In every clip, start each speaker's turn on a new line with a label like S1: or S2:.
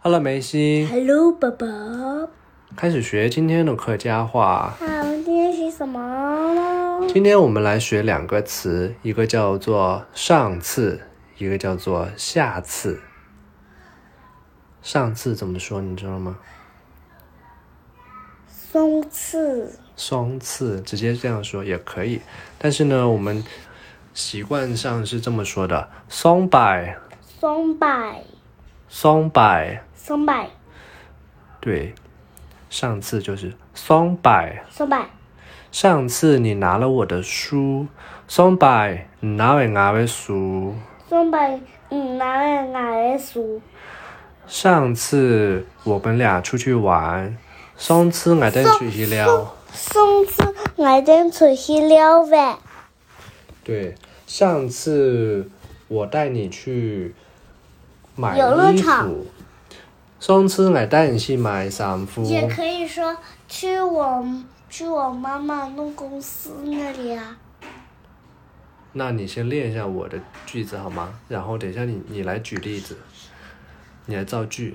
S1: Hello，梅西，
S2: Hello，宝宝。
S1: 开始学今天的客家话。
S2: 那我们今天学什么呢？
S1: 今天我们来学两个词，一个叫做上次，一个叫做下次。上次怎么说？你知道吗？
S2: 松刺，
S1: 双次直接这样说也可以，但是呢，我们习惯上是这么说的：松柏，
S2: 松柏，
S1: 松柏。
S2: 松柏，
S1: 对，上次就是松柏。
S2: 松柏，
S1: 上次你拿了我的书，松柏你拿了我的书。
S2: 松柏，嗯，拿来拿来数。
S1: 上次我们俩出去玩，上次我带出去了。
S2: 松刺，我真出去了喂。
S1: 对，上次我带你去买
S2: 游乐
S1: 衣
S2: 场
S1: 服，上次我带你去买衫服。
S2: 也可以说去我去我妈妈弄公司那里啊。
S1: 那你先练一下我的句子好吗？然后等一下你你来举例子，你来造句。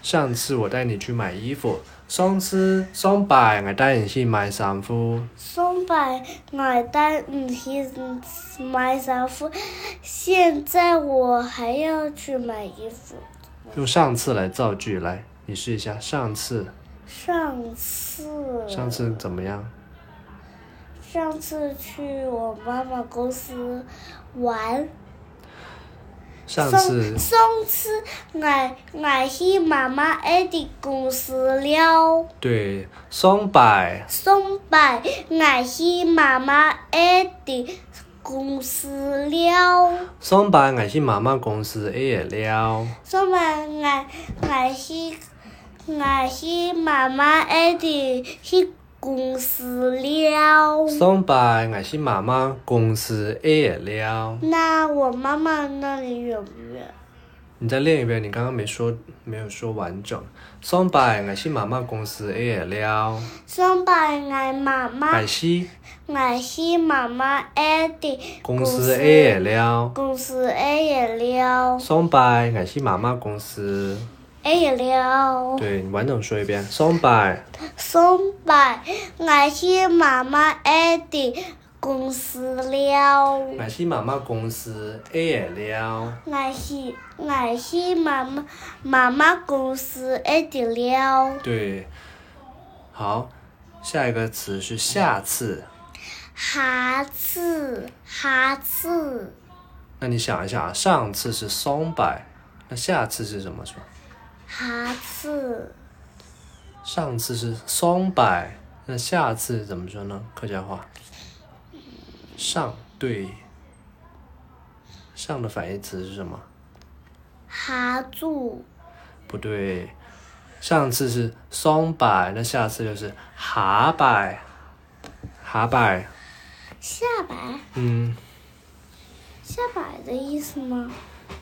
S1: 上次我带你去买衣服，上次上摆我带你去买衫服，
S2: 松柏，我带你去买啥服？现在我还要去买衣服。
S1: 用上次来造句来，你试一下上次
S2: 上次，
S1: 上次怎么样？
S2: 上次去我妈妈公司玩，
S1: 上次
S2: 上上次俺俺去妈妈爱的公司了，
S1: 对上摆
S2: 上班俺去妈妈爱的公司了，
S1: 上摆我去妈妈公司也了，
S2: 上班俺俺去俺去妈妈爱的去公司了。
S1: 上摆我去妈妈公司也了。
S2: 那我妈妈那里远不远？
S1: 你再练一遍，你刚刚没说，没有说完整。上班，我去妈妈公司也了。
S2: 上班俺妈妈。
S1: 我去
S2: 我是妈妈爱的
S1: 公司也了。
S2: 公司爱也了，
S1: 上班，我去妈妈公司。
S2: 爱也了。
S1: 对，你完整说一遍。上班，
S2: 松柏，我是妈妈爱的公司了。
S1: 我去妈妈公司也了。
S2: 我是我是妈妈妈妈公司爱的了。
S1: 对，好，下一个词是下次。
S2: 下次下次
S1: 那你想一下啊，上次是上班，那下次是什么说？
S2: 下次
S1: 上次是双百，那下次怎么说呢？客家话，上对，上的反义词是什么？
S2: 下住
S1: 不对，上次是双百，那下次就是哈百，哈百，
S2: 下摆
S1: 嗯，
S2: 下摆的意思吗？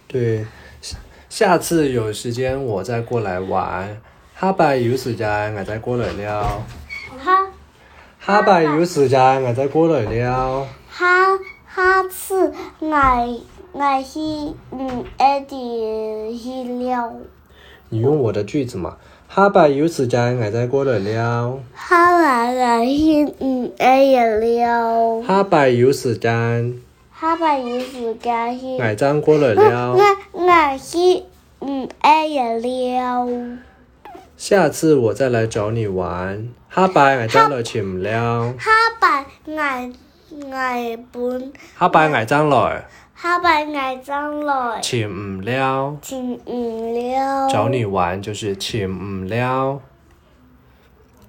S1: 对，下下次有时间我再过来玩，哈百有时间我再过来了，
S2: 哈。
S1: 哈百有时间我再过来了。
S2: 哈哈次，我我是嗯爱的去了。
S1: 你用我的句子嘛，哈巴有时间我再过来了，
S2: 哈娃我是嗯爱的了。
S1: 哈巴有时间
S2: 哈巴有时间去。
S1: 我再过来
S2: 我
S1: 了，
S2: 我是嗯爱的了。
S1: 下次我再来找你玩，哈巴我再来去不了，
S2: 哈巴我我本
S1: 哈巴我再来
S2: 哈巴我将来
S1: 去不了，
S2: 请嗯了。
S1: 找你玩就是去不了，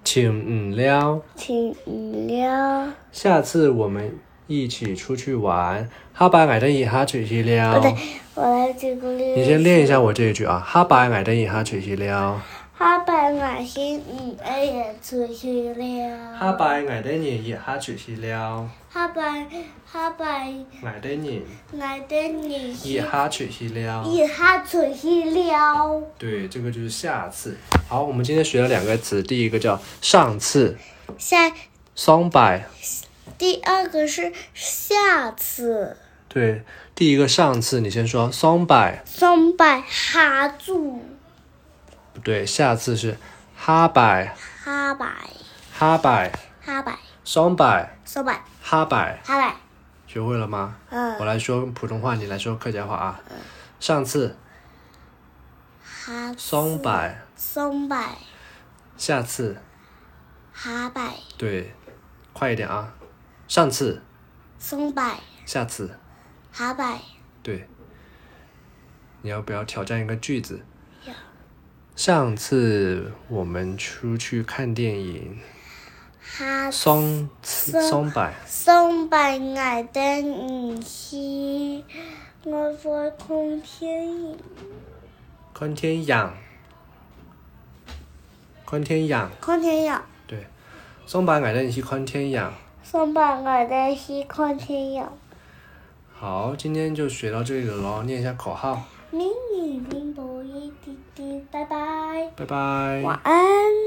S1: 去不了，
S2: 请嗯了。
S1: 下次我们一起出去玩，哈巴我再一哈出去了
S2: 不。哦对，我来举个例子。
S1: 你先练一下我这一句啊，哈巴我再一哈出去了。
S2: 哈白眼睛，嗯，哎呀，出去
S1: 下
S2: 了。
S1: 拜捱得年一下出去了，
S2: 哈白哈白
S1: 捱得年
S2: 眼睛，你
S1: 一下出去了。
S2: 一下出去了。
S1: 对，这个就是下次。好，我们今天学了两个词，第一个叫上次，
S2: 下
S1: 双百。
S2: 第二个是下次，
S1: 对，第一个上次，你先说双百，
S2: 松柏哈住，
S1: 对，下次是哈摆、
S2: 哈摆，
S1: 哈摆、
S2: 哈摆，
S1: 双摆、
S2: 手摆，
S1: 哈摆，
S2: 哈摆，
S1: 学会了吗？我
S2: 嗯，
S1: 来说普通话，你来说客家话啊。上次
S2: 哈
S1: 双摆，
S2: 松摆，
S1: 下次
S2: 哈摆，
S1: 对，快一点啊。上次，
S2: 松摆，
S1: 下次，
S2: 哈摆，
S1: 对。你要不要挑战一个句子
S2: 要？
S1: 上次我们出去看电影，
S2: 哈
S1: 双次
S2: 松
S1: 双摆，
S2: 松摆矮灯影稀，我说空天影，
S1: 昆天养，昆天养，
S2: 空天影，
S1: 对，松柏矮凳西昆天养。
S2: 松摆矮灯稀，空天影。
S1: 好，今天就学到这里了，念一下口号，
S2: 迷你冰薄一滴滴，拜拜，
S1: 拜拜。
S2: 晚安。